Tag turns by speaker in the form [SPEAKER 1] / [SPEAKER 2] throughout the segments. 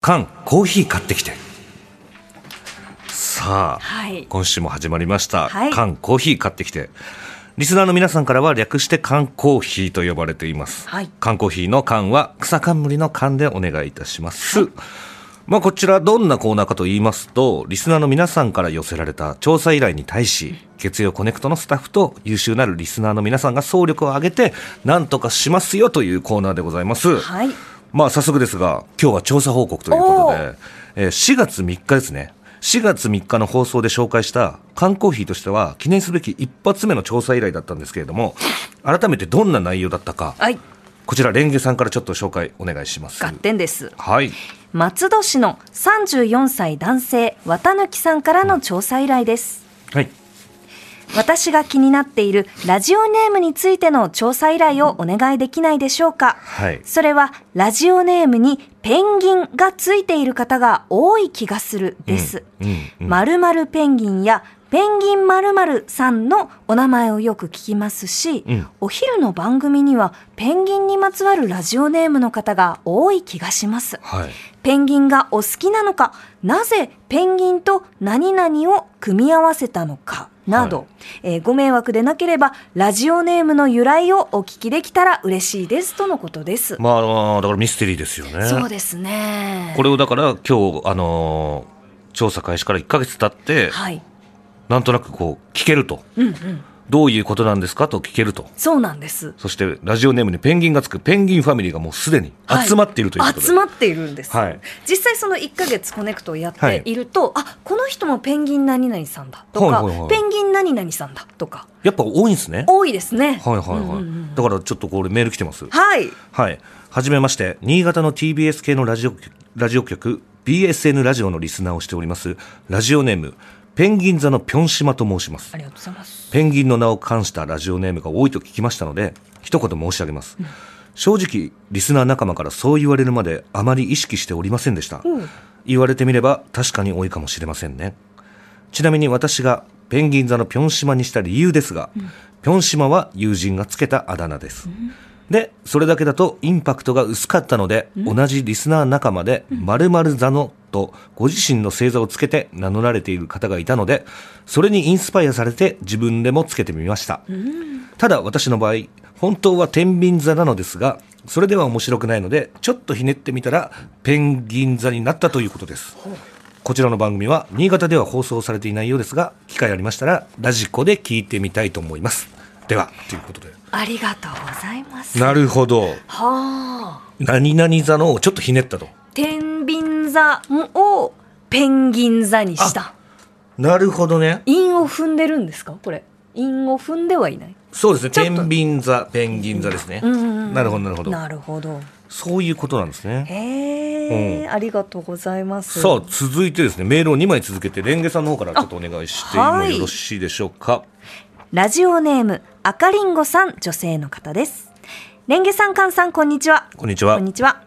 [SPEAKER 1] 缶コーヒー買ってきてさあ、
[SPEAKER 2] はい
[SPEAKER 1] 今週も始まりました、
[SPEAKER 2] はい
[SPEAKER 1] 缶コーヒー買ってきてリスナーの皆さんからは略して缶コーヒーと呼ばれています、
[SPEAKER 2] はい
[SPEAKER 1] 缶コーヒーの缶は草冠の缶でお願いいたします、まあこちらどんなコーナーかと言いますとリスナーの皆さんから寄せられた調査依頼に対し月曜コネクトのスタッフと優秀なるリスナーの皆さんが総力を挙げて何とかしますよというコーナーでございます、
[SPEAKER 2] はい。
[SPEAKER 1] まあ早速ですが今日は調査報告ということ
[SPEAKER 2] お
[SPEAKER 1] で、えー4月3日ですね4月3日の放送で紹介した缶コーヒーとしては記念すべき一発目の調査依頼だったんですけれども改めてどんな内容だったか
[SPEAKER 2] はい。
[SPEAKER 1] こちらレンゲさんからちょっと紹介お願いします
[SPEAKER 2] 合点です。
[SPEAKER 1] はい
[SPEAKER 2] 松戸市の34歳男性、綿貫さんからの調査依頼です。
[SPEAKER 1] はい
[SPEAKER 2] 私が気になっているラジオネームについての調査依頼をお願いできないでしょうか。
[SPEAKER 1] はい
[SPEAKER 2] それはラジオネームにペンギンがついている方が多い気がするです。
[SPEAKER 1] うんうん
[SPEAKER 2] まるまるペンギンやペンギンまるまるさんのお名前をよく聞きますし、
[SPEAKER 1] うん
[SPEAKER 2] お昼の番組にはペンギンにまつわるラジオネームの方が多い気がします。
[SPEAKER 1] はい
[SPEAKER 2] ペンギンがお好きなのか、なぜペンギンと何々を組み合わせたのかなど、
[SPEAKER 1] はい
[SPEAKER 2] えーご迷惑でなければラジオネームの由来をお聞きできたら嬉しいですとのことです。
[SPEAKER 1] まあまあだからミステリーですよね
[SPEAKER 2] そうですね。
[SPEAKER 1] これをだから今日あのー調査開始から1ヶ月経って
[SPEAKER 2] はい。
[SPEAKER 1] なんとなくこう聞けると
[SPEAKER 2] うんうん。
[SPEAKER 1] どういうことなんですかと聞けると
[SPEAKER 2] そうなんです。
[SPEAKER 1] そしてラジオネームにペンギンがつくペンギンファミリーがもうすでに
[SPEAKER 2] はい
[SPEAKER 1] 集まっているということで、
[SPEAKER 2] 集まっているんです、
[SPEAKER 1] はい
[SPEAKER 2] 実際その1ヶ月コネクトをやっ
[SPEAKER 1] はい
[SPEAKER 2] ていると、あこの人もペンギン何々さんだとか、
[SPEAKER 1] はいはいはい
[SPEAKER 2] ペンギン何々さんだとか
[SPEAKER 1] やっぱ多いんですね。
[SPEAKER 2] 多いですね
[SPEAKER 1] はいはいはい、
[SPEAKER 2] うんうんうん
[SPEAKER 1] だからちょっとこれメール来てます。
[SPEAKER 2] はい
[SPEAKER 1] はい。はじめまして、新潟の TBS 系のラジオ局ラジオ局 BSN ラジオのリスナーをしておりますラジオネームペンギン座のぴょんしまと申します
[SPEAKER 2] あ。りがとうございます
[SPEAKER 1] ペンギンの名を冠したラジオネームが多いと聞きましたので、一言申し上げます。正直、リスナー仲間からそう言われるまであまり意識しておりませんでした。
[SPEAKER 2] うん
[SPEAKER 1] 言われてみれば確かに多いかもしれませんね。ちなみに私がペンギン座のピョン島にした理由ですが、ピョン島は友人がつけたあだ名です。で、それだけだとインパクトが薄かったので、同じリスナー仲間で〇〇座のとご自身の星座をつけて名乗られている方がいたので、それにインスパイアされて自分でもつけてみました。ただ私の場合、本当は天秤座なのですが、それでは面白くないので、ちょっとひねってみたら、ペンギン座になったということです。こちらの番組は、新潟では放送されていないようですが、機会ありましたら、ラジコで聞いてみたいと思います。では、ということで。
[SPEAKER 2] ありがとうございますは
[SPEAKER 1] なるほど。
[SPEAKER 2] あ
[SPEAKER 1] 何々座のをちょっとひねったと。
[SPEAKER 2] 天秤座をペンギン座にした
[SPEAKER 1] なるほどね。
[SPEAKER 2] 韻を踏んでるんですかこれ韻を踏んではいない
[SPEAKER 1] そうですね。
[SPEAKER 2] ちょっと
[SPEAKER 1] 天秤座、ペンギン座ですね。
[SPEAKER 2] うんうんうん
[SPEAKER 1] なるほど、なるほど。
[SPEAKER 2] なるほど
[SPEAKER 1] そういうことなんですね。
[SPEAKER 2] へえ、
[SPEAKER 1] うん
[SPEAKER 2] ありがとうございます
[SPEAKER 1] さあ続いてですねメールを2枚続けてレンゲさんの方からちょっとお願いして
[SPEAKER 2] あは
[SPEAKER 1] も
[SPEAKER 2] い
[SPEAKER 1] よろしいでしょうか、
[SPEAKER 2] ラジオネーム、赤りんごさん、女性の方です。レンゲさん、カンさん、こんにちは。
[SPEAKER 1] こんにちは
[SPEAKER 2] こんにちは。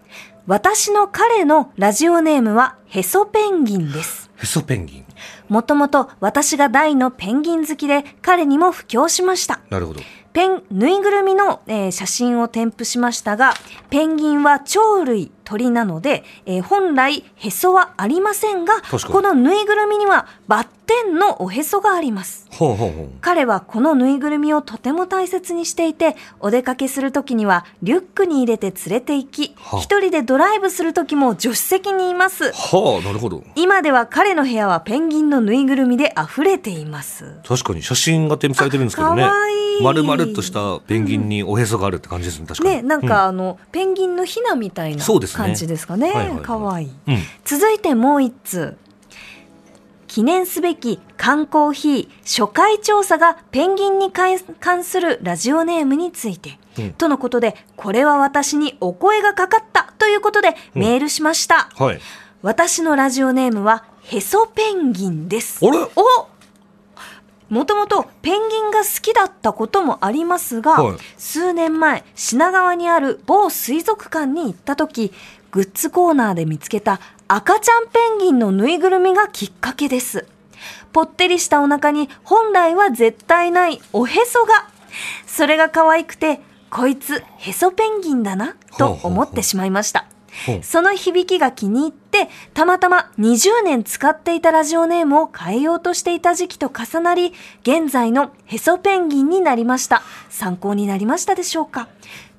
[SPEAKER 2] 私の彼のラジオネームは、ヘソペンギンです。
[SPEAKER 1] へそペンギン
[SPEAKER 2] もともと私が大のペンギン好きで、彼にも布教しました。
[SPEAKER 1] なるほど
[SPEAKER 2] ペン、ぬいぐるみの、えー写真を添付しましたが、ペンギンは鳥類、鳥なので、えー本来、へそはありませんが、
[SPEAKER 1] 確かに
[SPEAKER 2] このぬいぐるみには、バッテンのおへそがあります。
[SPEAKER 1] ほうほうほう
[SPEAKER 2] 彼はこのぬいぐるみをとても大切にしていて、お出かけするときにはリュックに入れて連れて行き、
[SPEAKER 1] はあ
[SPEAKER 2] 一人でドライブするときも助手席にいます。
[SPEAKER 1] はあなるほど
[SPEAKER 2] 今では彼の部屋はペンギンのぬいぐるみで溢れています。
[SPEAKER 1] 確かに写真が添付されてるんですけどね
[SPEAKER 2] あかわいい
[SPEAKER 1] 丸々としたペンギンにおへそがあるって感じですね確かに
[SPEAKER 2] ね、なんかあの、ペンギンのひなみたいな
[SPEAKER 1] そうですね
[SPEAKER 2] 感じですかね
[SPEAKER 1] はいはいは。い
[SPEAKER 2] かわいい。
[SPEAKER 1] うん、うん
[SPEAKER 2] 続いてもう一通。記念すべき缶コーヒー初回調査がペンギンに関関するラジオネームについて、
[SPEAKER 1] うん
[SPEAKER 2] とのことで、これは私にお声がかかったということでメールしました。
[SPEAKER 1] はい
[SPEAKER 2] 私のラジオネームはヘソペンギンです。
[SPEAKER 1] あれ
[SPEAKER 2] おもともとペンギンが好きだったこともありますが、
[SPEAKER 1] はい
[SPEAKER 2] 数年前品川にある某水族館に行った時グッズコーナーで見つけた赤ちゃんペンギンのぬいぐるみがきっかけですぽってりしたお腹に本来は絶対ないおへそがそれが可愛くてこいつへそペンギンだなと思ってしまいました
[SPEAKER 1] ほう
[SPEAKER 2] その響きが気に入ってして、たまたま20年使っていたラジオネームを変えようとしていた時期と重なり、現在のへそペンギンになりました。参考になりましたでしょうか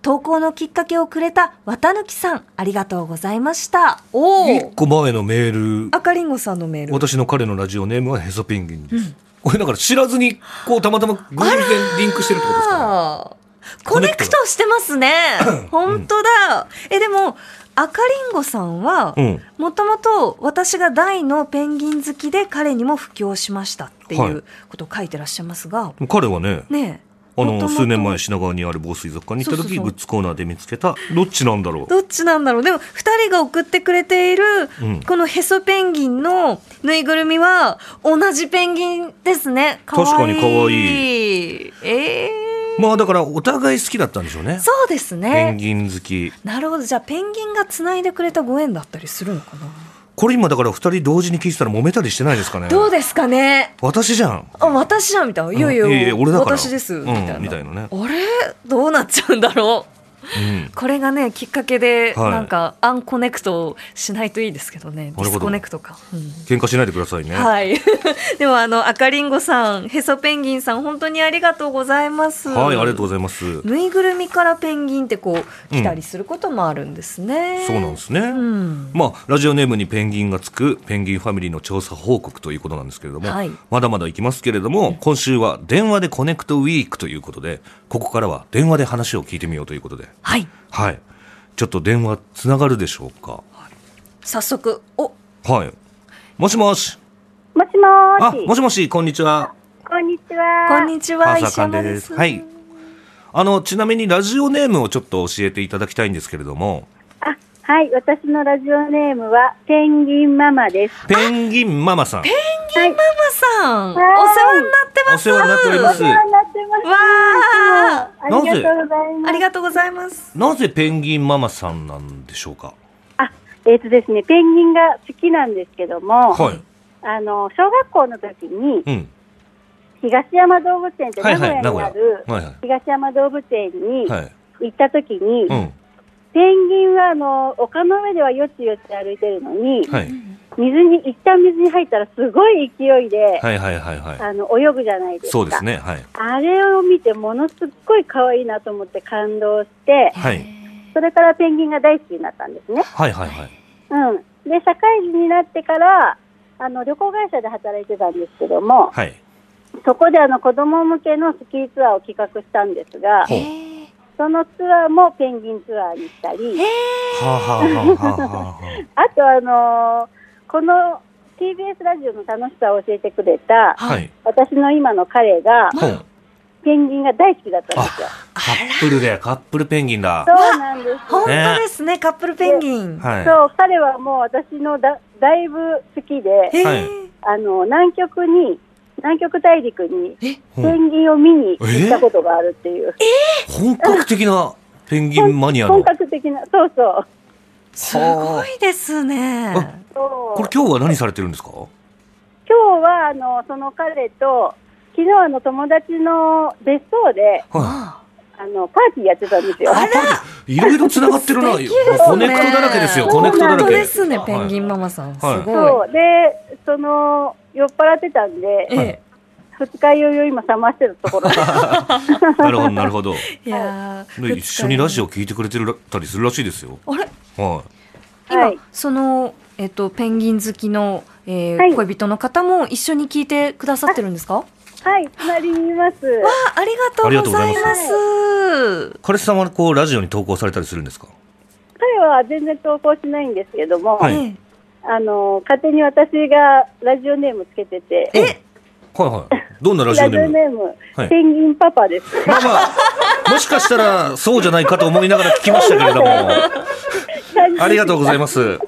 [SPEAKER 2] 投稿のきっかけをくれた綿貫さん、ありがとうございました。お
[SPEAKER 1] 一
[SPEAKER 2] お。
[SPEAKER 1] 個前のメール、
[SPEAKER 2] 赤リンゴさんのメール。
[SPEAKER 1] 私の彼のラジオネームはヘソペンギンです。これだから知らずに、こう、たまたま偶然リンクしてるってことですか
[SPEAKER 2] あーコネクトしてますね本当だえでも赤リンゴさんは
[SPEAKER 1] うん
[SPEAKER 2] もともと私が大のペンギン好きで彼にも布教しましたってい
[SPEAKER 1] は
[SPEAKER 2] う
[SPEAKER 1] い
[SPEAKER 2] ことを書いてらっしゃいますが、
[SPEAKER 1] 彼はね、
[SPEAKER 2] ねえ
[SPEAKER 1] あ
[SPEAKER 2] も
[SPEAKER 1] の、
[SPEAKER 2] ともと
[SPEAKER 1] 数年前品川にある某水族館に行った
[SPEAKER 2] そうそう
[SPEAKER 1] 時、
[SPEAKER 2] そう
[SPEAKER 1] グッズコーナーで見つけた、どっちなんだろう。
[SPEAKER 2] どっちなんだろうでも2人が送ってくれている
[SPEAKER 1] うん
[SPEAKER 2] このへそペンギンのぬいぐるみは同じペンギンですねかわいい
[SPEAKER 1] 確かにかわい
[SPEAKER 2] いえー
[SPEAKER 1] まあだから、お互い好きだったんでしょうね。
[SPEAKER 2] そうですね
[SPEAKER 1] ペンギン好き。
[SPEAKER 2] なるほどじゃあペンギンがつないでくれたご縁だったりするのかな、
[SPEAKER 1] これ今だから二人同時に聞いてたら揉めたりしてないですかね。
[SPEAKER 2] どうですかね
[SPEAKER 1] 私じゃん。
[SPEAKER 2] あ私じゃんみたいな「いやい
[SPEAKER 1] うんいやい
[SPEAKER 2] や
[SPEAKER 1] や俺だから
[SPEAKER 2] 私です」
[SPEAKER 1] うん
[SPEAKER 2] みたいな,、
[SPEAKER 1] みたいなね
[SPEAKER 2] あれどうなっちゃうんだろ
[SPEAKER 1] うん
[SPEAKER 2] う。これがねきっかけで、
[SPEAKER 1] はい
[SPEAKER 2] なんかアンコネクトしないといいですけどねデ
[SPEAKER 1] ほ
[SPEAKER 2] ィス
[SPEAKER 1] ど
[SPEAKER 2] コネクトか、うん
[SPEAKER 1] 喧嘩しないでくださいね。
[SPEAKER 2] はい、 でもあの赤りんごさんへそペンギンさん本当にありがとうございます
[SPEAKER 1] はい、ありがとうございます。
[SPEAKER 2] ぬいぐるみからペンギンってこう来たりすることもあるんですね、
[SPEAKER 1] そうなんですすね。
[SPEAKER 2] うん
[SPEAKER 1] まあ、ラジオネームにペンギンがつくペンギンファミリーの調査報告ということなんですけれども、
[SPEAKER 2] はい
[SPEAKER 1] まだまだいきますけれども、今週は電話でコネクトウィークということで、ここからは電話で話を聞いてみようということで、
[SPEAKER 2] はい
[SPEAKER 1] はい。ちょっと電話つながるでしょうか。
[SPEAKER 2] 早速お
[SPEAKER 1] はい。もしもし。
[SPEAKER 3] もしも
[SPEAKER 1] あ、
[SPEAKER 3] ーし。
[SPEAKER 1] もしもし、こんにちは。
[SPEAKER 3] こんにちは。
[SPEAKER 2] こんにちは、
[SPEAKER 1] パンサ
[SPEAKER 2] 石
[SPEAKER 1] ーカン
[SPEAKER 2] 山
[SPEAKER 1] で
[SPEAKER 2] ですす。
[SPEAKER 1] はいあの、ちなみにラジオネームをちょっと教えていただきたいんですけれども、
[SPEAKER 3] あ、はい。私のラジオネームは、ペンギンママです。
[SPEAKER 1] ペンギンママさん。
[SPEAKER 3] はい。
[SPEAKER 2] ママさん、お世
[SPEAKER 3] はい
[SPEAKER 2] 話になってま
[SPEAKER 1] お
[SPEAKER 2] す。
[SPEAKER 1] 世話になっておりま
[SPEAKER 3] お
[SPEAKER 1] す
[SPEAKER 3] 世話になってます。
[SPEAKER 2] わ
[SPEAKER 3] ありがとうござい
[SPEAKER 2] ー、
[SPEAKER 3] ます。
[SPEAKER 2] ありがとうございます。
[SPEAKER 1] なぜペンギンママさんなんでしょうか。
[SPEAKER 3] あ、えっ、とですね、ペンギンが好きなんですけども、
[SPEAKER 1] はい。
[SPEAKER 3] あの、小学校の時に、
[SPEAKER 1] うん。
[SPEAKER 3] 東山動物園って
[SPEAKER 1] は
[SPEAKER 3] 名
[SPEAKER 1] いはい
[SPEAKER 3] 古屋にある、
[SPEAKER 1] はいは
[SPEAKER 3] 東山動物園に
[SPEAKER 1] い。はい。
[SPEAKER 3] 行った時に、
[SPEAKER 1] うん。
[SPEAKER 3] ペンギンはあの丘の上ではよちよち歩いてるのに、
[SPEAKER 1] はい。
[SPEAKER 3] 水に一旦水に入ったらすごい勢いで、
[SPEAKER 1] はいはいはいは
[SPEAKER 3] あの泳ぐじゃないで
[SPEAKER 1] い。
[SPEAKER 3] すか。
[SPEAKER 1] そうですね。はい。
[SPEAKER 3] あれを見てものすっごい可愛いなと思って感動して、
[SPEAKER 1] はい
[SPEAKER 3] それからペンギンが大好きになったんですね。
[SPEAKER 1] はいはいはい。
[SPEAKER 3] うん。で、社会人になってから、あの、旅行会社で働いてたんですけども、
[SPEAKER 1] はい。
[SPEAKER 3] そこであの、子供向けのスキーツアーを企画したんですが
[SPEAKER 1] ほ、う
[SPEAKER 2] へー
[SPEAKER 3] そのツアーもペンギンツアーにしたり、
[SPEAKER 1] はあ、はあはあはあは
[SPEAKER 3] あとあのーこの TBS ラジオの楽しさを教えてくれた、
[SPEAKER 1] あ。はい。
[SPEAKER 3] 私の今の彼が、
[SPEAKER 1] ほう。
[SPEAKER 3] ペンギンが大好きだったんですよ。
[SPEAKER 1] カップルで、カップルペンギンだ
[SPEAKER 3] そ。うなんですよ。
[SPEAKER 2] 本当ですね、カップルペンギン。
[SPEAKER 1] はい。
[SPEAKER 3] そう、彼はもう私のだだいぶ好きで、
[SPEAKER 2] へー
[SPEAKER 1] はい
[SPEAKER 3] あの、南極に、南極大陸に、
[SPEAKER 1] ほ
[SPEAKER 3] ペ
[SPEAKER 1] う
[SPEAKER 3] ンギンを見に行ったことがあるっていう。
[SPEAKER 1] 本格的なペンギンマニアの
[SPEAKER 3] 本。格的な、そうそう。
[SPEAKER 2] すごいですね。
[SPEAKER 1] あ
[SPEAKER 3] そう
[SPEAKER 1] これ今日は何されてるんですか
[SPEAKER 3] 今日は、あの、その彼と、昨日あの、友達の別荘で、
[SPEAKER 1] は
[SPEAKER 2] あ
[SPEAKER 3] あの、パーティーやってたんですよ。
[SPEAKER 2] あら、
[SPEAKER 1] い。いろいろ繋がってるな。
[SPEAKER 2] 素
[SPEAKER 1] コ
[SPEAKER 2] 敵
[SPEAKER 1] ネ
[SPEAKER 2] で
[SPEAKER 1] ク
[SPEAKER 2] すね
[SPEAKER 1] トだらけですよ。コネクトだ
[SPEAKER 2] 本
[SPEAKER 1] ら
[SPEAKER 2] 当
[SPEAKER 1] け。
[SPEAKER 2] ですね、ペンギンママさん。す
[SPEAKER 1] はい
[SPEAKER 2] ごい。
[SPEAKER 3] そう。で、その、酔っ払ってたん
[SPEAKER 2] え
[SPEAKER 3] で、
[SPEAKER 2] え
[SPEAKER 3] 二日酔いを今覚ましてるところです。
[SPEAKER 1] なるほど、なるほど。
[SPEAKER 2] いやー
[SPEAKER 1] で一緒にラジ
[SPEAKER 2] オ。
[SPEAKER 1] オ聞いてくれてるらたりするらしいですよ。
[SPEAKER 2] あれ、
[SPEAKER 1] は
[SPEAKER 3] は
[SPEAKER 2] 今
[SPEAKER 3] い、
[SPEAKER 2] その、えっと、ペンギン好きの、え
[SPEAKER 3] はい
[SPEAKER 2] ー、恋人の方も一緒に聞いてくださってるんですか。
[SPEAKER 3] はい、隣にいます。
[SPEAKER 2] あありがとうございます。
[SPEAKER 1] い。彼氏さんはこうラジオに投稿されたりするんですか。
[SPEAKER 3] 彼は全然投稿しないんですけども、
[SPEAKER 1] はい
[SPEAKER 2] え
[SPEAKER 3] あの勝手に私がラジオネームつけてて、
[SPEAKER 1] え、はいはい。どんなラジオ
[SPEAKER 3] ラジ
[SPEAKER 1] ネー
[SPEAKER 3] オ
[SPEAKER 1] ム。
[SPEAKER 3] ネーム、
[SPEAKER 1] はい
[SPEAKER 3] ペンギンパパです。
[SPEAKER 1] まあまあ、もしかしたらそうじゃないかと思いながら聞きましたけれ ども、 ありがとうございます。
[SPEAKER 3] は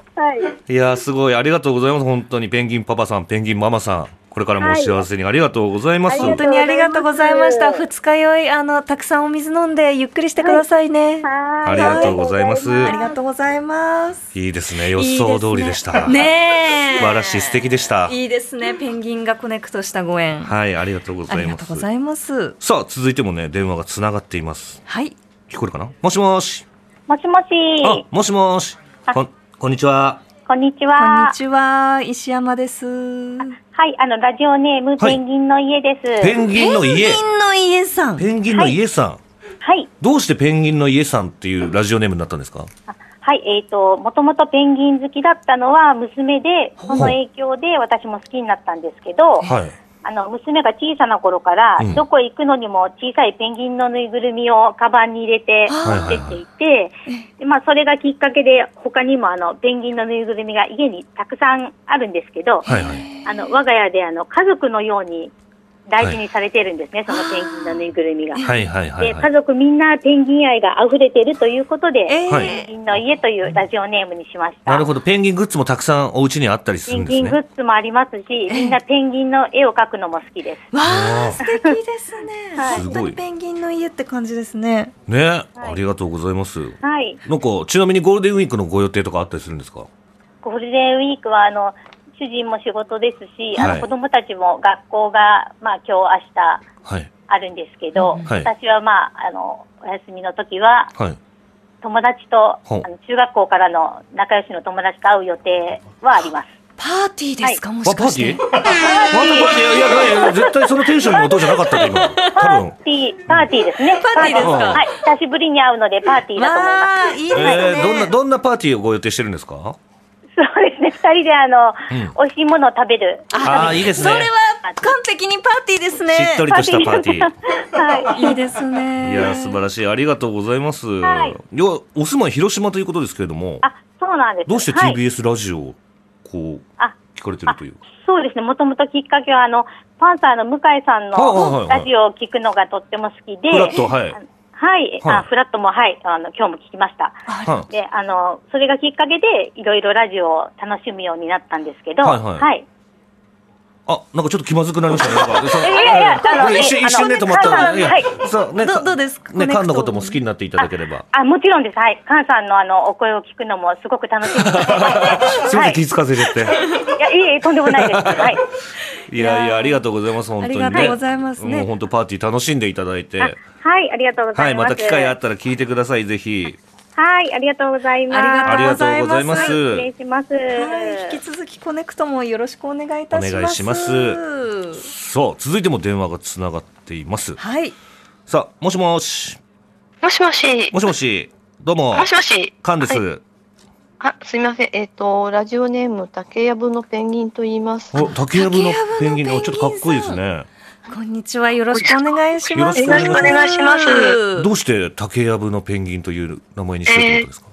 [SPEAKER 3] い、
[SPEAKER 1] いやーすごいありがとうございます本当にペンギンパパさんペンギンママさんこれからもお幸せにありがとうございます。
[SPEAKER 3] は
[SPEAKER 2] 本
[SPEAKER 3] い
[SPEAKER 2] 当にありがとうございました。
[SPEAKER 3] ありがとうございます
[SPEAKER 2] 二日酔い、あの、たくさんお水飲んで、ゆっくりしてくださいね。
[SPEAKER 3] はー
[SPEAKER 1] ありがとうございます
[SPEAKER 3] ありがとうござ
[SPEAKER 2] ありがとうございます。
[SPEAKER 1] いいですね予想通りでした。
[SPEAKER 2] いいすねえ。
[SPEAKER 1] 素晴らしい素敵でした。
[SPEAKER 2] いいですね。ペンギンがコネクトしたご縁。
[SPEAKER 1] はいありがとうご
[SPEAKER 2] あ
[SPEAKER 1] ざ
[SPEAKER 2] り
[SPEAKER 1] い
[SPEAKER 2] が
[SPEAKER 1] ま
[SPEAKER 2] とう
[SPEAKER 1] す。
[SPEAKER 2] ございます。
[SPEAKER 1] さあ続いてもね電話がつながっています。
[SPEAKER 2] はい。
[SPEAKER 1] 聞こえるかな。もしもし。
[SPEAKER 3] もしもし、
[SPEAKER 1] あもしもし。こんこんにちは。
[SPEAKER 3] こんにち
[SPEAKER 2] こん
[SPEAKER 3] は
[SPEAKER 2] に。ちは、石山です。
[SPEAKER 3] はい、あの、ラジオネーム、
[SPEAKER 1] はい
[SPEAKER 3] ペンギンの家です。
[SPEAKER 1] ペンギンの家
[SPEAKER 2] ペンギンの家さん。
[SPEAKER 1] ペンギンの家さん、
[SPEAKER 3] はい、
[SPEAKER 1] どうしてペンギンの家さんっていうラジオネームになったんですか
[SPEAKER 3] はい、えっ、と、もともとペンギン好きだったのは娘で、
[SPEAKER 1] ほう
[SPEAKER 3] その影響で私も好きになったんですけど、
[SPEAKER 1] はい
[SPEAKER 3] あの、娘が小さな頃から、
[SPEAKER 1] うん
[SPEAKER 3] どこへ行くのにも小さいペンギンのぬいぐるみをカバンに入れて
[SPEAKER 2] はい
[SPEAKER 3] 持ってっていて、でまあ、それがきっかけで、他にもあの、ペンギンのぬいぐるみが家にたくさんあるんですけど、
[SPEAKER 1] はいはい
[SPEAKER 3] あの、我が家であの、家族のように大事にされてるんですね、そのペンギンのぬいぐるみが。
[SPEAKER 1] はいはいはい
[SPEAKER 3] で、
[SPEAKER 1] は
[SPEAKER 3] 家
[SPEAKER 1] い
[SPEAKER 3] 族みんなペンギン愛が溢れてるということで、
[SPEAKER 2] えー
[SPEAKER 1] は
[SPEAKER 3] ペンギンの家というラジオネームにしました。
[SPEAKER 1] なるほどペンギングッズもたくさんお家にあったりす
[SPEAKER 3] ペ
[SPEAKER 1] るん
[SPEAKER 3] ン
[SPEAKER 1] で
[SPEAKER 3] ギ
[SPEAKER 1] す
[SPEAKER 3] ン
[SPEAKER 1] ね
[SPEAKER 3] グッズもありますし、みんなペンギンの絵を描くのも好きです。
[SPEAKER 2] わ
[SPEAKER 1] うん
[SPEAKER 2] あ、素敵ですね。
[SPEAKER 3] はい
[SPEAKER 2] 本当にペンギンの家って感じですね。
[SPEAKER 1] ね、ありがとうございます
[SPEAKER 3] はい。
[SPEAKER 1] なんかちなみにゴールデンウィークのご予定とかあったりするんですか
[SPEAKER 3] ゴールデンウィークは、あの、主人も仕事ですし、あ
[SPEAKER 1] はい
[SPEAKER 3] の子供たちも学校が、まあ今日明日
[SPEAKER 1] はい
[SPEAKER 3] あるんですけど、
[SPEAKER 1] はい
[SPEAKER 3] 私はまあ、あの、お休みの時は、
[SPEAKER 1] はい
[SPEAKER 3] 友達と、
[SPEAKER 1] ほう
[SPEAKER 3] あの中学校からの仲良しの友達と会う予定はあります。
[SPEAKER 2] パーティーですか、も
[SPEAKER 1] あ
[SPEAKER 2] し
[SPEAKER 1] パ
[SPEAKER 2] か
[SPEAKER 1] ー
[SPEAKER 2] し
[SPEAKER 1] ティ
[SPEAKER 2] て
[SPEAKER 1] ー。ワンパーティーいやいやいや絶対そのテンションの音じゃなかったで今多分
[SPEAKER 3] パーティー、パーティーですね。
[SPEAKER 2] パーティーです
[SPEAKER 1] か
[SPEAKER 3] はい。久しぶりに会うので、パーティーだと思います。
[SPEAKER 2] わあ、いいですね。
[SPEAKER 1] えー、どんなどんなパーティーをご予定してるんですか
[SPEAKER 3] そうですね。二人で、あの、
[SPEAKER 1] うん
[SPEAKER 3] 美味しいものを食べる。
[SPEAKER 1] ああーいいです
[SPEAKER 2] そ
[SPEAKER 1] ね
[SPEAKER 2] れは完璧にパーティーですね。
[SPEAKER 1] しっとりとしたパーティー
[SPEAKER 3] はい
[SPEAKER 2] いいですね。
[SPEAKER 1] いや素晴らしいありがとうございます、
[SPEAKER 3] はい
[SPEAKER 1] やお住まい広島ということですけれども
[SPEAKER 3] あ、そうなんです。
[SPEAKER 1] どうして
[SPEAKER 3] はい
[SPEAKER 1] TBS ラジオをこう
[SPEAKER 3] あ、
[SPEAKER 1] 聞かれてるという
[SPEAKER 3] そうですね。もともときっかけは、あの、パンサーの向井さ
[SPEAKER 1] は
[SPEAKER 3] ん
[SPEAKER 1] いはいは
[SPEAKER 3] の
[SPEAKER 1] い
[SPEAKER 3] ラジオを聞くのがとっても好きで。
[SPEAKER 1] フラットはい
[SPEAKER 3] あのはい。
[SPEAKER 1] はい
[SPEAKER 3] あ、フラットも、はい。あの、今日も聞きました。
[SPEAKER 1] は
[SPEAKER 3] で、あの、それがきっかけで、いろいろラジオを楽しむようになったんですけど、
[SPEAKER 1] はいはい
[SPEAKER 3] はい。
[SPEAKER 1] あなんかちょっと気まずくなりましたねなんかそう
[SPEAKER 3] いやいやあの
[SPEAKER 1] ね一瞬
[SPEAKER 3] ね
[SPEAKER 1] 一瞬ね
[SPEAKER 3] あ
[SPEAKER 1] 止
[SPEAKER 3] の
[SPEAKER 1] まった
[SPEAKER 3] はいはい
[SPEAKER 1] そうね
[SPEAKER 2] ど
[SPEAKER 1] か
[SPEAKER 2] どうですかコネ
[SPEAKER 1] ね
[SPEAKER 2] クト
[SPEAKER 1] 菅のことも好きになっていただければ
[SPEAKER 3] あ、もちろんです。はい。菅さんのあの、お声を聞くのもすごく楽しみで
[SPEAKER 1] す
[SPEAKER 3] す。
[SPEAKER 1] いま
[SPEAKER 3] は
[SPEAKER 1] せ
[SPEAKER 3] い。
[SPEAKER 1] ん気
[SPEAKER 3] い
[SPEAKER 1] づかせちゃって
[SPEAKER 3] や、いえいえ、とんでもない です。はい。
[SPEAKER 1] いやいやありがとうございます本当にね
[SPEAKER 2] ありがとうございますね
[SPEAKER 1] もう本当パーティー楽しんでいただいて
[SPEAKER 3] あはい、ありがとうござ
[SPEAKER 1] はいい
[SPEAKER 3] ます。
[SPEAKER 1] また機会あったら聞いてくださいぜひ
[SPEAKER 3] はい、ありがとうございます。
[SPEAKER 2] あ
[SPEAKER 1] あり
[SPEAKER 2] りが
[SPEAKER 1] が
[SPEAKER 2] と
[SPEAKER 1] と
[SPEAKER 2] う
[SPEAKER 1] う
[SPEAKER 2] ご
[SPEAKER 1] ご
[SPEAKER 2] ざ
[SPEAKER 1] ざ
[SPEAKER 2] い
[SPEAKER 1] い
[SPEAKER 2] ま
[SPEAKER 1] ますす
[SPEAKER 3] 失礼します。
[SPEAKER 2] はい、引き続きコネクトもよろしくお願いいたします。
[SPEAKER 1] お願いしますさあ続いても電話がつながっています
[SPEAKER 2] はい。
[SPEAKER 1] さあもしもし
[SPEAKER 4] もしもし。
[SPEAKER 1] もしもしどうも
[SPEAKER 4] もしもし。
[SPEAKER 1] 菅です、
[SPEAKER 4] はいあ、すみません。えっ、と、ラジオネーム、竹やぶのペンギンと言います。
[SPEAKER 1] お竹やぶのペ
[SPEAKER 2] 竹やぶのペ
[SPEAKER 1] ンギン
[SPEAKER 2] ンギンさん
[SPEAKER 1] おちょっとかっこいいですね
[SPEAKER 2] こんにちは。よろしくお願いします。
[SPEAKER 1] よろしくお
[SPEAKER 4] 願いします
[SPEAKER 1] どうして竹やぶのペンギンという名前にしようってことですか、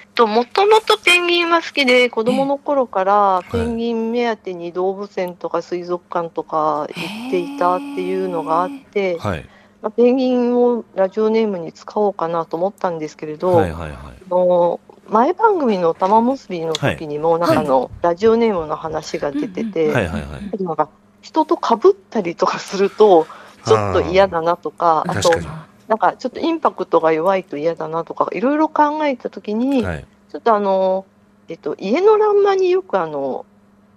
[SPEAKER 4] えっと、もともとペンギンは好きで、子供の頃から
[SPEAKER 1] い
[SPEAKER 4] ペンギン目当てに動物園とか水族館とか行っていたっていうのがあって、
[SPEAKER 1] はい
[SPEAKER 4] まあ、ペンギンをラジオネームに使おうかなと思ったんですけれど、
[SPEAKER 1] はいはいはい
[SPEAKER 4] あの前番組の玉結びの時にも、なんかあの、ラジオネームの話が出てて、
[SPEAKER 1] はいはいはい
[SPEAKER 4] なんか人と被ったりとかする とちょっと嫌だなとかあ
[SPEAKER 1] 確
[SPEAKER 4] と
[SPEAKER 1] かに
[SPEAKER 4] なんかちょっとインパクトが弱いと嫌だなとかいろいろ考えた時に、
[SPEAKER 1] はい
[SPEAKER 4] ちょっとあの、えっと、家の欄間によくあの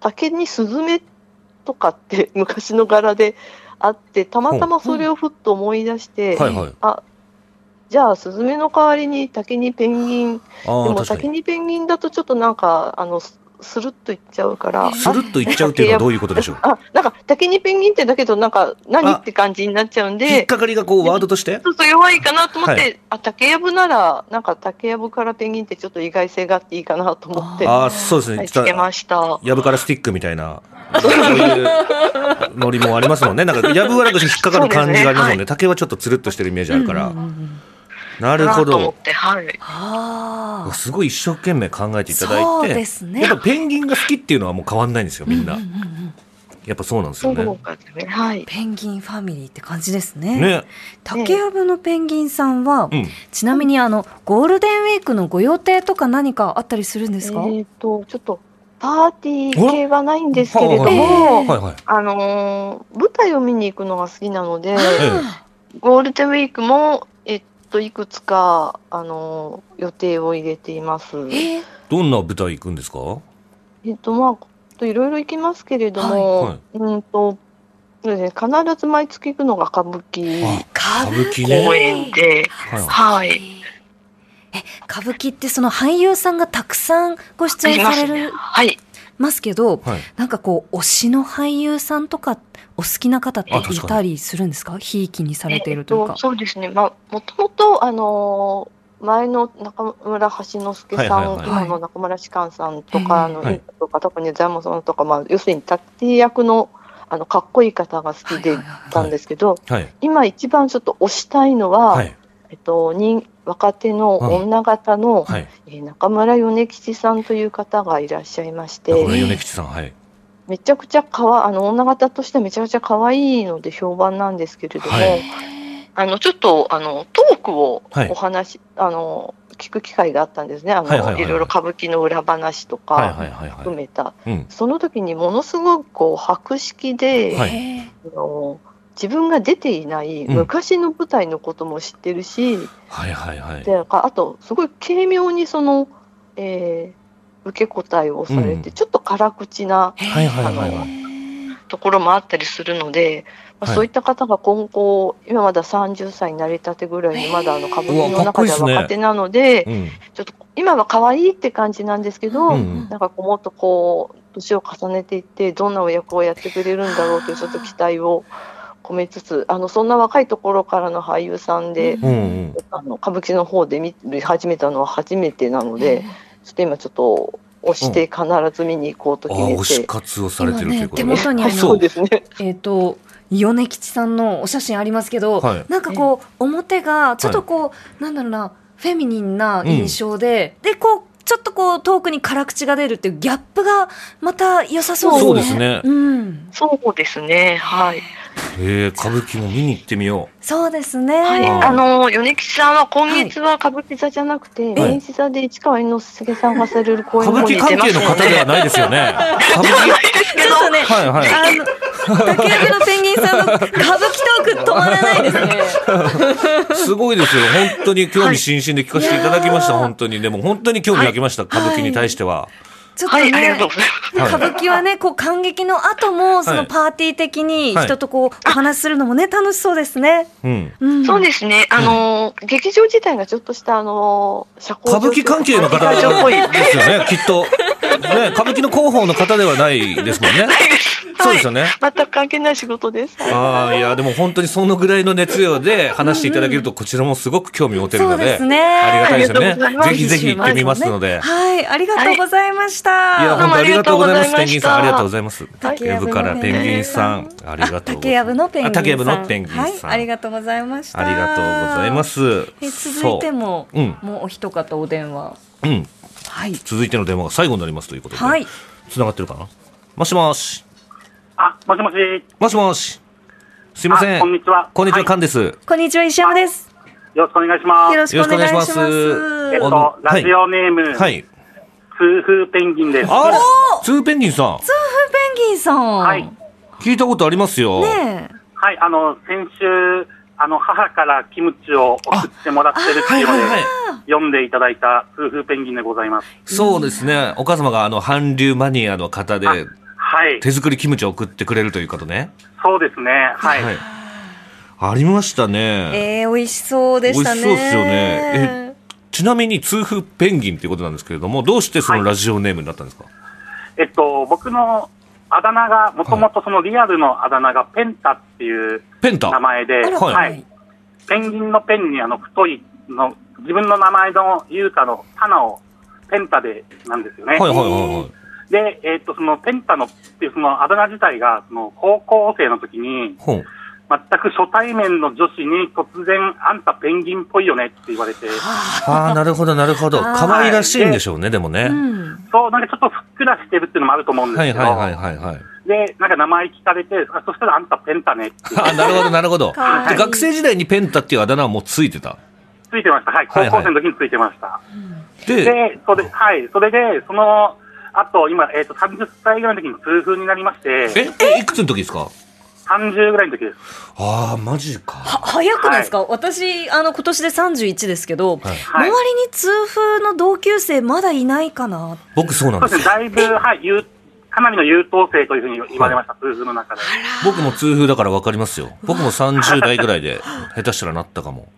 [SPEAKER 4] 竹にスズメとかって 昔の柄であってたまたまそれをふっと思い出して、
[SPEAKER 1] はいはい
[SPEAKER 4] じゃあスズメの代わりに竹にペンギンで
[SPEAKER 1] ああ
[SPEAKER 4] も
[SPEAKER 1] 確か
[SPEAKER 4] 竹
[SPEAKER 1] に
[SPEAKER 4] にペンギンだとちょっとなんかあのススルッといっちゃうから。
[SPEAKER 1] スルッといっちゃうっていうのはどういうことでしょう
[SPEAKER 4] あ、なんか、竹にペンギンってだけど、なんか、何って感じになっちゃうん
[SPEAKER 1] 引っ
[SPEAKER 4] で、
[SPEAKER 1] かかりがこうワードとして
[SPEAKER 4] ちょっと弱いかなと思って、
[SPEAKER 1] は
[SPEAKER 4] あ、竹やぶなら、なんか竹やぶからペンギンってちょっと意外性があっていいかなと思って、
[SPEAKER 1] ああそうです
[SPEAKER 4] は
[SPEAKER 1] ね
[SPEAKER 4] い、つけました。
[SPEAKER 1] やぶからスティックみたいなそういうノリもありますもんねなんかやぶはなんか引っかかる感じがありますもんね
[SPEAKER 4] そうですねはい
[SPEAKER 1] 竹はちょっとつるっとしてるイメージあるから、
[SPEAKER 2] うんうんうん
[SPEAKER 1] なるほ
[SPEAKER 4] かなと思っ
[SPEAKER 1] ど
[SPEAKER 4] て、はい。
[SPEAKER 2] ああ。
[SPEAKER 1] すごい一生懸命考えていただいて
[SPEAKER 2] そうですね。
[SPEAKER 1] やっぱペンギンが好きっていうのはもう変わんないんですよみんな、
[SPEAKER 2] うううんうん
[SPEAKER 1] やっぱそうなんです
[SPEAKER 4] そ
[SPEAKER 1] よ
[SPEAKER 4] う
[SPEAKER 1] ね
[SPEAKER 4] かですね。はい。
[SPEAKER 2] ペンギンファミリーって感じですね。
[SPEAKER 1] ね
[SPEAKER 2] 竹やぶのペンギンさんは、
[SPEAKER 1] うん
[SPEAKER 2] ちなみにあのゴールデンウィークのご予定とか何かあったりするんで
[SPEAKER 4] えっ、
[SPEAKER 2] すか？
[SPEAKER 4] と、ちょっと、パーティー系はないんですけれど
[SPEAKER 1] はい
[SPEAKER 2] は
[SPEAKER 4] も、
[SPEAKER 1] はいはい
[SPEAKER 4] あのー舞台を見に行くのが好きなので、
[SPEAKER 2] あ
[SPEAKER 4] ゴールデンウィークも、えっと、いくつか、あのー予定を入れています。
[SPEAKER 2] ーえー
[SPEAKER 1] どんな舞台行くんですかは
[SPEAKER 4] えっと、まあ、いろいろ行きますけれども、
[SPEAKER 1] はいは
[SPEAKER 4] うんと、そうですね、必ず毎月行くのが歌舞伎
[SPEAKER 1] あ
[SPEAKER 2] 歌
[SPEAKER 1] 歌舞伎
[SPEAKER 4] 公
[SPEAKER 1] ね
[SPEAKER 4] 演で、
[SPEAKER 1] はい
[SPEAKER 4] はい。
[SPEAKER 2] 歌舞伎ってその俳優さんがたくさんご出演され
[SPEAKER 4] ありますね
[SPEAKER 2] る
[SPEAKER 4] はい。
[SPEAKER 2] ますけど、
[SPEAKER 1] はい
[SPEAKER 2] なんかこう推しの俳優さんとかお好きな方って
[SPEAKER 1] あ
[SPEAKER 2] い
[SPEAKER 1] 確かに
[SPEAKER 2] たりするんですかひいきにされているという
[SPEAKER 4] えっ
[SPEAKER 2] か
[SPEAKER 4] と、。そうですね。まあ、もともと、あのー前の中村橋之助さん、
[SPEAKER 1] はいはいはい
[SPEAKER 4] 今の中村芝翫さんと
[SPEAKER 2] はい
[SPEAKER 4] か、あの、
[SPEAKER 1] はい
[SPEAKER 4] インタとか、特にザイモンさんとか、まあ、要するに、立て役の、あの、かっこいい方が好きでいたんですけど、
[SPEAKER 1] はい。
[SPEAKER 4] 今一番ちょっと推したいのは、
[SPEAKER 1] はい。
[SPEAKER 4] えっと、人若手の女方の、
[SPEAKER 1] はい。
[SPEAKER 4] えー中村米吉さんという方がいらっしゃいまして、
[SPEAKER 1] 中村米吉さん、はい。
[SPEAKER 4] めちゃくちゃかわあの女方としてめちゃくちゃ可愛いので評判なんですけれども、
[SPEAKER 1] はい
[SPEAKER 4] あのちょっとあのトークを
[SPEAKER 1] はい
[SPEAKER 4] お話、あの聞く機会があったんですねあの、
[SPEAKER 1] はい
[SPEAKER 4] い
[SPEAKER 1] はいはいはい
[SPEAKER 4] ろいろ歌舞伎の裏話と
[SPEAKER 1] はい
[SPEAKER 4] か
[SPEAKER 1] はいはい
[SPEAKER 4] 含
[SPEAKER 1] は
[SPEAKER 4] めた、
[SPEAKER 1] い。うん。
[SPEAKER 4] その時にものすごくこう博識で、
[SPEAKER 1] はい
[SPEAKER 2] へー
[SPEAKER 4] あの自分が出ていない
[SPEAKER 1] うん
[SPEAKER 4] 昔の舞台のことも知ってるし、
[SPEAKER 1] はいはいはい。
[SPEAKER 4] であとすごい軽妙にその、えー受け答えをされて、
[SPEAKER 1] うん
[SPEAKER 4] ちょっと辛口な
[SPEAKER 1] はいはいはいはい。
[SPEAKER 4] ところもあったりするので、まあ
[SPEAKER 1] はい
[SPEAKER 4] そういった方が今後今まだ30歳になりたてぐらいにまだあの歌舞伎の
[SPEAKER 1] うわかっこい
[SPEAKER 4] 中
[SPEAKER 1] い
[SPEAKER 4] で
[SPEAKER 1] っす
[SPEAKER 4] は
[SPEAKER 1] ね
[SPEAKER 4] 若手なので、
[SPEAKER 1] うん。
[SPEAKER 4] ちょっと今は可愛いって感じなんですけど、
[SPEAKER 1] うん
[SPEAKER 4] なんかこうもっとこう年を重ねていってどんなお役をやってくれるんだろうというちょっと期待を込めつつあのそんな若いところからの俳優さんで、
[SPEAKER 1] うんうん。
[SPEAKER 4] あの歌舞伎の方で見始めたのは初めてなので、ちょっと今ちょっと押して必ず見に行こうと
[SPEAKER 1] あ
[SPEAKER 4] 決
[SPEAKER 1] あ、推し
[SPEAKER 4] めて、
[SPEAKER 1] 活をされ
[SPEAKER 2] 今
[SPEAKER 1] てるという
[SPEAKER 2] ね
[SPEAKER 1] こ
[SPEAKER 2] 手
[SPEAKER 1] とで。
[SPEAKER 2] 元にあ
[SPEAKER 4] はい、
[SPEAKER 2] の
[SPEAKER 4] そうですね。
[SPEAKER 2] えっ、と米吉さんのお写真ありますけど、
[SPEAKER 1] はい
[SPEAKER 2] なんかこう表がちょっとこう、なんだろうなフェミニンな印象で、でこうちょっとこう遠くに辛口が出るっていうギャップがまた良さそ
[SPEAKER 1] そうう
[SPEAKER 2] で
[SPEAKER 1] ですす
[SPEAKER 2] ね。
[SPEAKER 1] ね。
[SPEAKER 2] うん、
[SPEAKER 4] そうですね。はい。
[SPEAKER 1] ええ、歌舞伎も見に行ってみよ
[SPEAKER 2] そうですね。
[SPEAKER 4] はい。
[SPEAKER 1] あー
[SPEAKER 4] あの、米吉さんは今月は歌舞伎座じゃなくて、
[SPEAKER 1] はい
[SPEAKER 4] 演出座で市川猿之助さんがされる
[SPEAKER 1] う。
[SPEAKER 4] 公演
[SPEAKER 1] 歌
[SPEAKER 4] の
[SPEAKER 1] 舞
[SPEAKER 4] 方に
[SPEAKER 1] 伎
[SPEAKER 4] 出
[SPEAKER 1] 関
[SPEAKER 4] ま
[SPEAKER 1] 係
[SPEAKER 4] す
[SPEAKER 1] の
[SPEAKER 4] の
[SPEAKER 1] 方では
[SPEAKER 4] で、
[SPEAKER 1] ないですよね。歌舞伎。
[SPEAKER 2] ちょっとね、
[SPEAKER 1] はいはい。
[SPEAKER 2] あの竹内のペンギンさんの歌舞伎トーク止まらない ですね。
[SPEAKER 1] すごいですよ。本当に興味津々で聞かせていただきました。
[SPEAKER 2] はい
[SPEAKER 1] 本当に。でも本当に興味湧きました。歌舞伎に対しては。
[SPEAKER 2] ちょっと
[SPEAKER 4] は
[SPEAKER 2] ね、
[SPEAKER 4] い、ありがとうございます。
[SPEAKER 1] はい
[SPEAKER 2] 歌舞伎はね、こう感激の後も、そのパーティー的に人とこうお話しするのもね、楽しそうですね。
[SPEAKER 1] うん。
[SPEAKER 2] うん、
[SPEAKER 4] そうですね。あの、劇場自体がちょっとした、あの、社交
[SPEAKER 1] 歌舞伎関係の方
[SPEAKER 4] 社交っぽい
[SPEAKER 1] ですよね。きっと。ね、歌舞伎の広報の方ではないですもんね。そうですよね。
[SPEAKER 4] 全く関係ない仕事です。
[SPEAKER 1] ああ、いや、でも本当にそのぐらいの熱量で話していただけると、こちらもすごく興味を持てるの
[SPEAKER 2] そう
[SPEAKER 1] で、
[SPEAKER 2] ですね
[SPEAKER 1] ありがたいですよ
[SPEAKER 4] ありがとう
[SPEAKER 1] ね。
[SPEAKER 4] ござい
[SPEAKER 1] ぜひ
[SPEAKER 4] ます
[SPEAKER 1] ぜひ行ってみますので。
[SPEAKER 2] はい、ありがとうございました。
[SPEAKER 1] いや、
[SPEAKER 4] ど
[SPEAKER 1] 本
[SPEAKER 4] う
[SPEAKER 1] 当
[SPEAKER 4] もあ
[SPEAKER 1] あり
[SPEAKER 4] り
[SPEAKER 1] が
[SPEAKER 4] が
[SPEAKER 1] と
[SPEAKER 4] と
[SPEAKER 1] う
[SPEAKER 4] う
[SPEAKER 1] ご
[SPEAKER 4] ご
[SPEAKER 1] ざ
[SPEAKER 4] ざ
[SPEAKER 1] い
[SPEAKER 4] い
[SPEAKER 1] ま。
[SPEAKER 4] ますした
[SPEAKER 1] ペンギンさん、ありがとうございます。
[SPEAKER 2] 竹やぶ
[SPEAKER 1] 部
[SPEAKER 2] の
[SPEAKER 1] からペンギ
[SPEAKER 2] ペンギン、
[SPEAKER 1] ンさんありが
[SPEAKER 2] 竹やぶのペンギンさん。
[SPEAKER 1] とうございます。あ竹やぶのペンギンさん
[SPEAKER 2] はい、ありがとうございました。
[SPEAKER 1] ありがとうございま。す。
[SPEAKER 2] え続いても、
[SPEAKER 1] そううん
[SPEAKER 2] もうお一方お電話。
[SPEAKER 1] そう。うん。
[SPEAKER 2] はい。
[SPEAKER 1] 続いての電話が最後になりますということで。
[SPEAKER 2] はい。
[SPEAKER 1] つながってるかなもしもし。
[SPEAKER 5] あ、もしもし。す
[SPEAKER 1] もしもし。すいません。
[SPEAKER 5] こんにちは。
[SPEAKER 1] こんにちは、
[SPEAKER 5] は
[SPEAKER 1] カンです。
[SPEAKER 2] こんにちは、石山です。
[SPEAKER 5] い、よろしくお願いします。
[SPEAKER 2] よろしくお願いします。
[SPEAKER 1] よろしくお
[SPEAKER 5] え
[SPEAKER 1] 願いします
[SPEAKER 5] っと、
[SPEAKER 1] あのは
[SPEAKER 5] ラ
[SPEAKER 1] い
[SPEAKER 5] ジオネーム、
[SPEAKER 1] はい。
[SPEAKER 5] 通風ペンギンです。
[SPEAKER 1] あれツーペンギンさん、
[SPEAKER 2] ペンギンさん。
[SPEAKER 5] はい。
[SPEAKER 2] ね
[SPEAKER 1] 聞いたことありますよ。
[SPEAKER 2] え。
[SPEAKER 5] はい、あの、先週、あの、母からキムチを送ってもらってるって
[SPEAKER 1] はいいう
[SPEAKER 5] の
[SPEAKER 1] はい
[SPEAKER 5] で、
[SPEAKER 1] はい。
[SPEAKER 5] 読んでいただいた通風ペンギンでございます。
[SPEAKER 1] そうですね。お母様があの、韓流マニアの方で、
[SPEAKER 5] はい。
[SPEAKER 1] 手作りキムチを送ってくれるということね。
[SPEAKER 5] そうですね。はい。
[SPEAKER 1] はい。ありましたね。
[SPEAKER 2] えー、美味しそうでしたね。
[SPEAKER 1] 美味しそうですよね。ちなみに、通風ペンギンということなんですけれども、どうしてそのラジオネームになったんですか、
[SPEAKER 5] えっと、僕のあだ名が、もともとそのリアルのあだ名がペンタっていう
[SPEAKER 1] ペンタ。
[SPEAKER 5] 名前で、
[SPEAKER 2] あら、
[SPEAKER 1] はい
[SPEAKER 5] はい。。ペンギンのペンにあの、太いの、自分の名前の優香のタナをペンタでなんですよね。
[SPEAKER 1] はいはいはいはい。
[SPEAKER 5] で、えっと、そのペンタのっていうそのあだ名自体が、その高校生の時に、
[SPEAKER 1] ほう。
[SPEAKER 5] 全く初対面の女子に突然、あんたペンギンっぽいよねって言われて、
[SPEAKER 1] ああ、なるほどなるほ ど。
[SPEAKER 2] あー
[SPEAKER 1] 可愛らしいんでしょうね、でもね。
[SPEAKER 2] うん。
[SPEAKER 5] そう、なんかちょっとふっくらしてるっていうのもあると思うんで
[SPEAKER 1] は
[SPEAKER 5] す
[SPEAKER 1] い
[SPEAKER 5] けど、
[SPEAKER 1] はいはいはいはい。
[SPEAKER 5] で、なんか名前聞かれて、あそしたらあんたペンタねって
[SPEAKER 1] あーなるほどなる ほど。
[SPEAKER 2] かわいい
[SPEAKER 1] で学生時代にペンタっていうあだ名はもうついてた。
[SPEAKER 5] ついてました。はい、
[SPEAKER 1] はいはい
[SPEAKER 5] 高校生の時についてました。
[SPEAKER 1] で、
[SPEAKER 5] で、それ、はい、それで、その、あと、今、えっ、と、30歳ぐらいの時に痛風になりまして、
[SPEAKER 1] え、えいくつの時ですか
[SPEAKER 5] 30ぐらいの時です。
[SPEAKER 1] ああ、マジか。
[SPEAKER 2] は早くないですか、私、あの、今年で31ですけど、
[SPEAKER 1] はい
[SPEAKER 5] はい
[SPEAKER 2] 周りに痛風の同級生まだいないかな。
[SPEAKER 1] 僕そうなん
[SPEAKER 5] そう
[SPEAKER 1] で
[SPEAKER 5] です
[SPEAKER 1] す
[SPEAKER 5] ね、
[SPEAKER 1] よ。
[SPEAKER 5] だいぶ、はい、優かなりの優等生というふうに言われました、痛風の中で。
[SPEAKER 1] 僕も痛風だから分かりますよ。僕も30代ぐらいで、下手したらなったかも。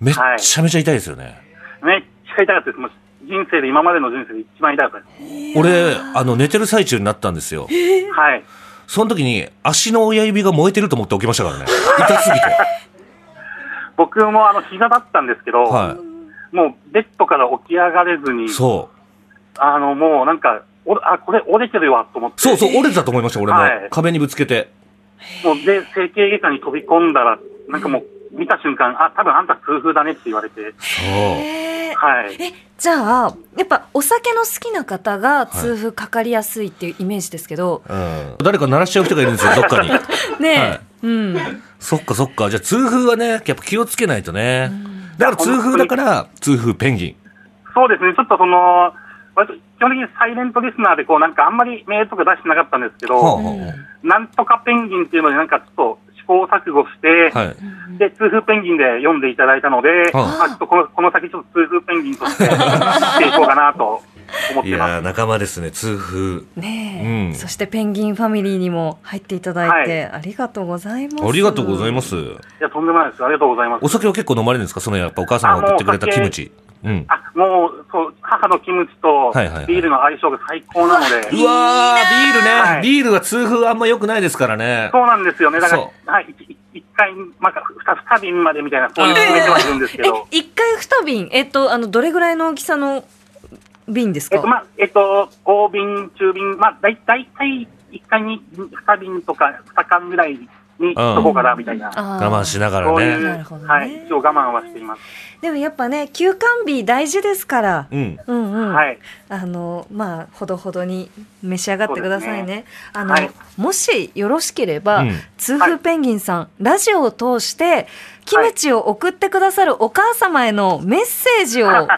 [SPEAKER 1] めっちゃめちゃ痛いですよね。
[SPEAKER 5] めっちちゃ痛かったです。もう人生で、今までの人生で一番痛かったで
[SPEAKER 1] 俺、あの、寝てる最中になったんですよ。
[SPEAKER 5] す。はい。
[SPEAKER 1] その時に、足の親指が燃えてると思って起きました からね。痛すぎて。
[SPEAKER 5] 僕もあの、膝だったんですけど、
[SPEAKER 1] は
[SPEAKER 5] もうベッドから起き上がれずに
[SPEAKER 1] い。、そう。
[SPEAKER 5] あの、もうなんか、おあ、これ折れてるわと思って、
[SPEAKER 1] そうそう、折れてたと思いました、俺
[SPEAKER 5] はい
[SPEAKER 1] も。壁にぶつけて。
[SPEAKER 5] もうで、整形外科に飛び込んだら、なんかもう、見た瞬間、あ、多分あんた痛風だねって言われて、
[SPEAKER 1] そう。
[SPEAKER 2] えー
[SPEAKER 5] はい。
[SPEAKER 2] えじゃあやっぱお酒の好きな方が痛風かかりやすいっていうイメージですけど、
[SPEAKER 1] うん。誰か鳴らしちゃう人がいるんですよ、どっかに。
[SPEAKER 2] ねえ、
[SPEAKER 1] はい
[SPEAKER 2] うん
[SPEAKER 1] そっかそっか。じゃあ、痛風はね、やっぱ気をつけないとね。だから痛風だから、痛風ペンギン。
[SPEAKER 5] そうですね、ちょっとその、私、基本的にサイレントリスナーで、こう、なんかあんまりメールとか出してなかったんですけど、
[SPEAKER 1] はあは
[SPEAKER 5] なんとかペンギンっていうので、なんかちょっと試行錯誤して、
[SPEAKER 1] あ はい。
[SPEAKER 5] で、痛風ペンギンで読んでいただいたので、
[SPEAKER 1] は
[SPEAKER 5] まあ、ちょっとこのこの先、ちょっと痛風ペンギン として、生きていこうかなと思っ
[SPEAKER 1] い
[SPEAKER 5] て
[SPEAKER 1] やー、
[SPEAKER 5] ます。
[SPEAKER 1] 仲間ですね、痛風。
[SPEAKER 2] ねえ
[SPEAKER 1] うん
[SPEAKER 2] そしてペンギンファミリーにも入っていただいて、
[SPEAKER 5] は
[SPEAKER 2] ありがとうございます
[SPEAKER 1] ありがとうございますす。
[SPEAKER 5] いや、とんでもないです。ありがとうございます
[SPEAKER 1] お。酒は結構飲まれるんですかそのやっぱお母さんが送ってくれたキムチ。うん。
[SPEAKER 5] あ、もう、そう、母のキムチと
[SPEAKER 1] はいはいはい
[SPEAKER 5] ビールの相性が最高なの
[SPEAKER 1] う
[SPEAKER 5] で、
[SPEAKER 1] わー、ビールね。
[SPEAKER 5] はい
[SPEAKER 1] ビールは痛風あんま良くないですからね。
[SPEAKER 5] そうなんですよね。だか
[SPEAKER 1] そ
[SPEAKER 5] ら、はい、いい一回、まあ、二二瓶までみたいな、そういう決めてはいるんですけ
[SPEAKER 2] え
[SPEAKER 5] ど、
[SPEAKER 2] 一回二瓶えっとあのどれぐらいの大きさの瓶です
[SPEAKER 5] え
[SPEAKER 2] か、
[SPEAKER 5] っと、まあ、えっと、大瓶、中瓶、まあ、だいだいたい一回に二瓶とか二缶ぐらいにしとこうかな、みたいな。
[SPEAKER 2] あー
[SPEAKER 1] 我慢しなが
[SPEAKER 5] そう
[SPEAKER 1] ら
[SPEAKER 5] い
[SPEAKER 1] ね。
[SPEAKER 2] な
[SPEAKER 5] う、
[SPEAKER 2] るほどね
[SPEAKER 5] はい、一応我慢はしています。
[SPEAKER 2] でもやっぱね休館日大事ですから、
[SPEAKER 1] うん。
[SPEAKER 2] うんうん、
[SPEAKER 5] はい。
[SPEAKER 2] あのまあほどほどに召し上がってください
[SPEAKER 5] そう
[SPEAKER 2] ね
[SPEAKER 5] で
[SPEAKER 2] あの、
[SPEAKER 5] はい
[SPEAKER 2] もしよろしければ、
[SPEAKER 1] うん
[SPEAKER 2] 痛風ペンギンさん、ラジオを通してキムチを送ってくださるお母様へのメッセージを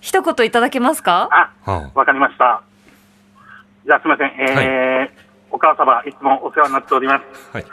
[SPEAKER 2] 一言いただけますか
[SPEAKER 5] あ、
[SPEAKER 1] は
[SPEAKER 5] わかりました。じゃあ、すみません。えーお母様、いつもお世話になっております。
[SPEAKER 1] あはい。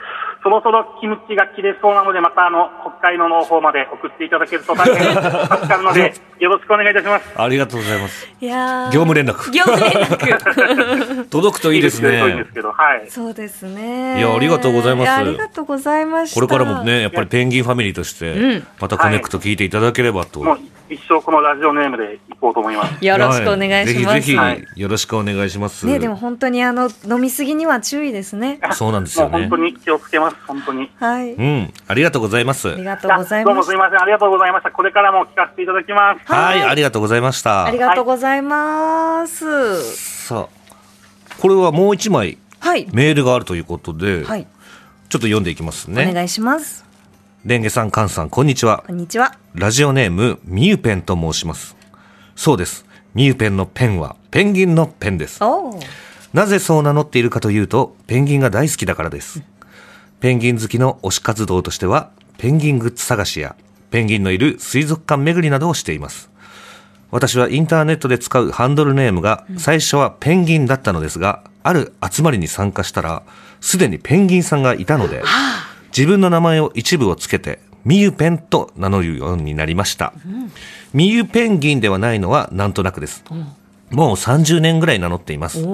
[SPEAKER 5] そろそろキムチが切れそうなので、またあの、北海道の方まで送っていただけると大変助かるの で、よろしくお願いいたします。
[SPEAKER 1] ありがとうございます。
[SPEAKER 2] いやー
[SPEAKER 1] 業務連絡。
[SPEAKER 2] 業務連絡
[SPEAKER 1] 届くといいです
[SPEAKER 5] そういいで
[SPEAKER 1] ね
[SPEAKER 5] す。けど、はい。
[SPEAKER 2] そうですね
[SPEAKER 1] いやありがとうございます
[SPEAKER 2] やありがとうございました
[SPEAKER 1] これからもね、やっぱりペンギンファミリーとして、またコネクト聞いていただければと。
[SPEAKER 5] もう一生このラジオネームで行こうと思います。
[SPEAKER 2] よろしくお願いします、
[SPEAKER 1] はぜひ
[SPEAKER 5] は
[SPEAKER 1] ぜ
[SPEAKER 5] い
[SPEAKER 1] ひ、よろしくお願いします。
[SPEAKER 2] ねでも本当にあの飲みすぎには注意ですね
[SPEAKER 1] そうなんです
[SPEAKER 5] も
[SPEAKER 1] よ
[SPEAKER 5] う本
[SPEAKER 1] ね
[SPEAKER 5] 当。に気をつけます、本当に。
[SPEAKER 2] はい
[SPEAKER 1] うん。ありがとうございます
[SPEAKER 2] あり。がとうござ
[SPEAKER 5] あ
[SPEAKER 2] い
[SPEAKER 5] どう
[SPEAKER 2] ま
[SPEAKER 5] も
[SPEAKER 2] す
[SPEAKER 5] すみません。ありがとうございました。これからも聞かせていただきます。
[SPEAKER 1] はい。ありがとうございました。
[SPEAKER 2] ありがとうございます。は
[SPEAKER 1] さあ、これはもう一枚
[SPEAKER 2] い。
[SPEAKER 1] メールがあるということで、
[SPEAKER 2] はい。
[SPEAKER 1] ちょっと読んでいきます
[SPEAKER 2] お
[SPEAKER 1] ね。
[SPEAKER 2] 願いします。
[SPEAKER 1] レンゲさん、カンさん、こんにちは。
[SPEAKER 2] こんにちは。
[SPEAKER 1] ラジオネーム、ミユペンと申します。そうです。ミユペンのペンは、ペンギンのペンです。
[SPEAKER 2] おお。
[SPEAKER 1] なぜそう名乗っているかというと、ペンギンが大好きだからです。ペンギン好きの推し活動としては、ペンギングッズ探しや、ペンギンのいる水族館巡りなどをしています。私はインターネットで使うハンドルネームが、最初はペンギンだったのですが、ある集まりに参加したら、すでにペンギンさんがいたので、自分の名前を一部をつけて、ミユペンと名乗るようになりました。ミユペンギンではないのはなんとなくです。もう30年ぐらい名乗っています。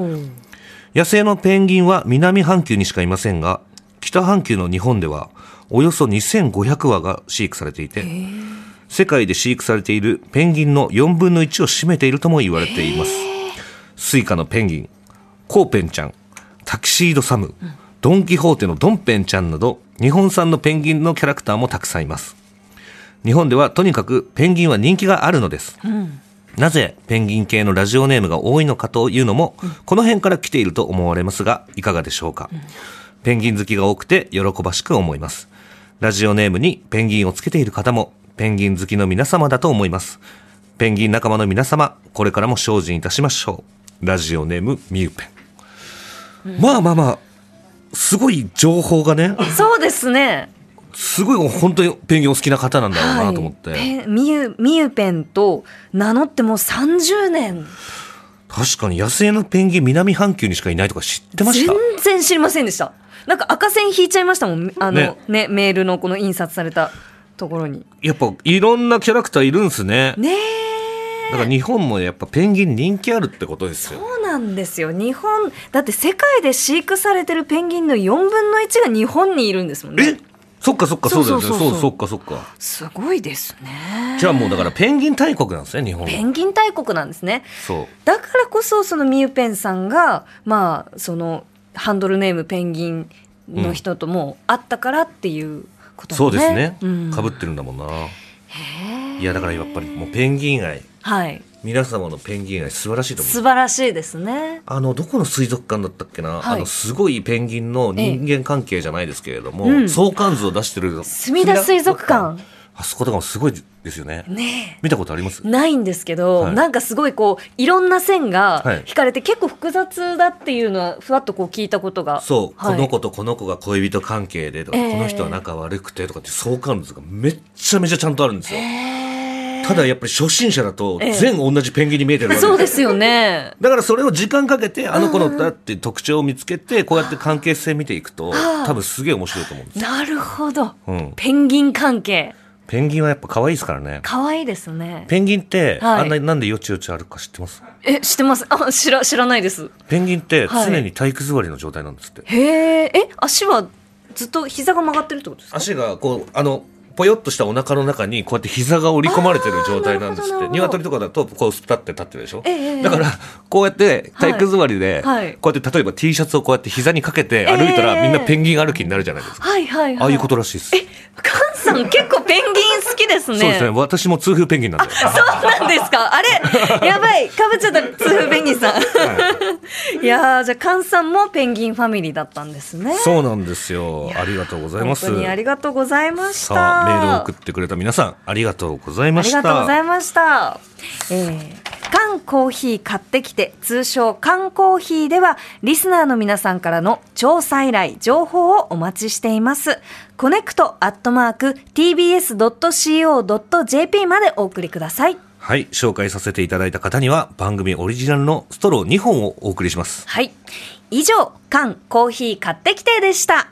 [SPEAKER 1] 野生のペンギンは南半球にしかいませんが、北半球の日本ではおよそ2500羽が飼育されていて、世界で飼育されているペンギンの4分の1を占めているとも言われています。スイカのペンギン、コーペンちゃん、タキシードサム、ドン・キホーテのドンペンちゃんなど、日本産のペンギンのキャラクターもたくさんいます。日本ではとにかくペンギンは人気があるのです。なぜペンギン系のラジオネームが多いのかというのも、この辺から来ていると思われますが、いかがでしょうか。ペンギン好きが多くて喜ばしく思います。ラジオネームにペンギンをつけている方も、ペンギン好きの皆様だと思います。ペンギン仲間の皆様、これからも精進いたしましょう。ラジオネーム、みゆペン。まあまあまあ、すごい情報がね、
[SPEAKER 2] そうですね。
[SPEAKER 1] すごい本当にペンギンお好きな方なんだろうなと思って。
[SPEAKER 2] ペンみゆみゆペンと名乗ってもう30年。
[SPEAKER 1] 確かに野生のペンギン南半球にしかいないとか知ってました
[SPEAKER 2] 全然知りませんでした。なんか赤線引いちゃいましたもん。あのね
[SPEAKER 1] ね
[SPEAKER 2] メールのこの印刷されたところに。
[SPEAKER 1] やっぱいろんなキャラクターいるんすね。
[SPEAKER 2] ねえ。
[SPEAKER 1] だから日本もやっぱペンギン人気あるってことですよ。
[SPEAKER 2] そうなんですよ日本だって世界で飼育されてるペンギンの4分の1が日本にいるんですもんね
[SPEAKER 1] えそっかそっかそうだよね。
[SPEAKER 2] そうそうそう
[SPEAKER 1] そうそっかそっか。
[SPEAKER 2] すごいですね。
[SPEAKER 1] じゃあもうだからペンギン大国なんですね、日本
[SPEAKER 2] ペ
[SPEAKER 1] は。
[SPEAKER 2] ンギン大国なんですね。
[SPEAKER 1] そう。
[SPEAKER 2] だからこそそのミユペンさんがまあそのハンドルネームペンギンの人とも会ったからっていうこと
[SPEAKER 1] そう
[SPEAKER 2] もね。
[SPEAKER 1] ですね。
[SPEAKER 2] うん
[SPEAKER 1] かぶってるんだもんな。
[SPEAKER 2] へー
[SPEAKER 1] いやだからやっぱりもうペンギン愛、
[SPEAKER 2] はい
[SPEAKER 1] 皆様のペンギン愛素晴らしいと思う。
[SPEAKER 2] 素晴らしいですね。
[SPEAKER 1] あの、どこの水族館だったっけな、
[SPEAKER 2] はい
[SPEAKER 1] あの、すごいペンギンの人間関係じゃないですけれども、
[SPEAKER 2] ええうん
[SPEAKER 1] 相関図を出してる。
[SPEAKER 2] 墨田水族館。
[SPEAKER 1] あそことかもすごいですよね。
[SPEAKER 2] ね
[SPEAKER 1] 見たことあります
[SPEAKER 2] えないんですけど、
[SPEAKER 1] はい
[SPEAKER 2] なんかすごいこういろんな線が引かれて、結構複雑だっていうのはふわっとこう聞いたことが
[SPEAKER 1] そう、
[SPEAKER 2] はい
[SPEAKER 1] この子とこの子が恋人関係でとか、
[SPEAKER 2] ええ
[SPEAKER 1] この人は仲悪くてとかって相関図がめっちゃめちゃちゃんとあるんですよ。
[SPEAKER 2] へー
[SPEAKER 1] ただやっぱり初心者だと
[SPEAKER 2] ええ
[SPEAKER 1] 全同じペンギンに見えてるわけですよ
[SPEAKER 2] そうですよね。
[SPEAKER 1] だからそれを時間かけてあの子のだって特徴を見つけてこうやって関係性見ていくと
[SPEAKER 2] ああ
[SPEAKER 1] 多分すげえ面白いと思うんですよ。
[SPEAKER 2] なるほど。
[SPEAKER 1] うん、
[SPEAKER 2] ペンギン関係。
[SPEAKER 1] ペンギンはやっぱ可愛いですからね。
[SPEAKER 2] 可愛いですね。
[SPEAKER 1] ペンギンって、
[SPEAKER 2] はい
[SPEAKER 1] あんなになんでよちよち歩くか知ってます
[SPEAKER 2] え、知ってます。あ、知ら、知らないです。
[SPEAKER 1] ペンギンって
[SPEAKER 2] はい
[SPEAKER 1] 常に体育座りの状態なんですって。
[SPEAKER 2] へえ、え、足はずっと膝が曲がってるってことですか。
[SPEAKER 1] 足がこう、あの、ぽよっとしたお腹の中にこうやって膝が織り込まれてる状態なんです
[SPEAKER 2] あーなるほどな
[SPEAKER 1] って。
[SPEAKER 2] るほど
[SPEAKER 1] 鶏とかだとこうスタって立ってるでしょ、
[SPEAKER 2] ええええ
[SPEAKER 1] だから、こうやって体育座りで、
[SPEAKER 2] はいはい
[SPEAKER 1] こうやって例えば T シャツをこうやって膝にかけて歩い
[SPEAKER 2] え
[SPEAKER 1] た
[SPEAKER 2] え
[SPEAKER 1] らみんなペンギン歩きになるじゃないですか。
[SPEAKER 2] はいはいはい。
[SPEAKER 1] ああいうことらしいです。
[SPEAKER 2] え、カンさん結構ペンギン好きですね。
[SPEAKER 1] そうですね。私も痛風ペンギンなんで。
[SPEAKER 2] そうなんですかあれやばいかぶっちゃった痛風ペンギンさんいやーじゃあカンさんもペンギンファミリーだったんですね
[SPEAKER 1] そうなんですよ。ありがとうございます。
[SPEAKER 2] 本当にありがとうございました
[SPEAKER 1] さあ、メールを送ってくれた皆さん、ありがとうございました。
[SPEAKER 2] ありがとうございました。えー缶コーヒー買ってきて、通称缶コーヒーでは、リスナーの皆さんからの調査依頼、情報をお待ちしています。コネクトアットマーク tbs.co.jp までお送りください。
[SPEAKER 1] はい、紹介させていただいた方には番組オリジナルのストロー2本をお送りします。
[SPEAKER 2] はい。以上、缶コーヒー買ってきてでした。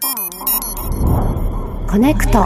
[SPEAKER 6] コネクト。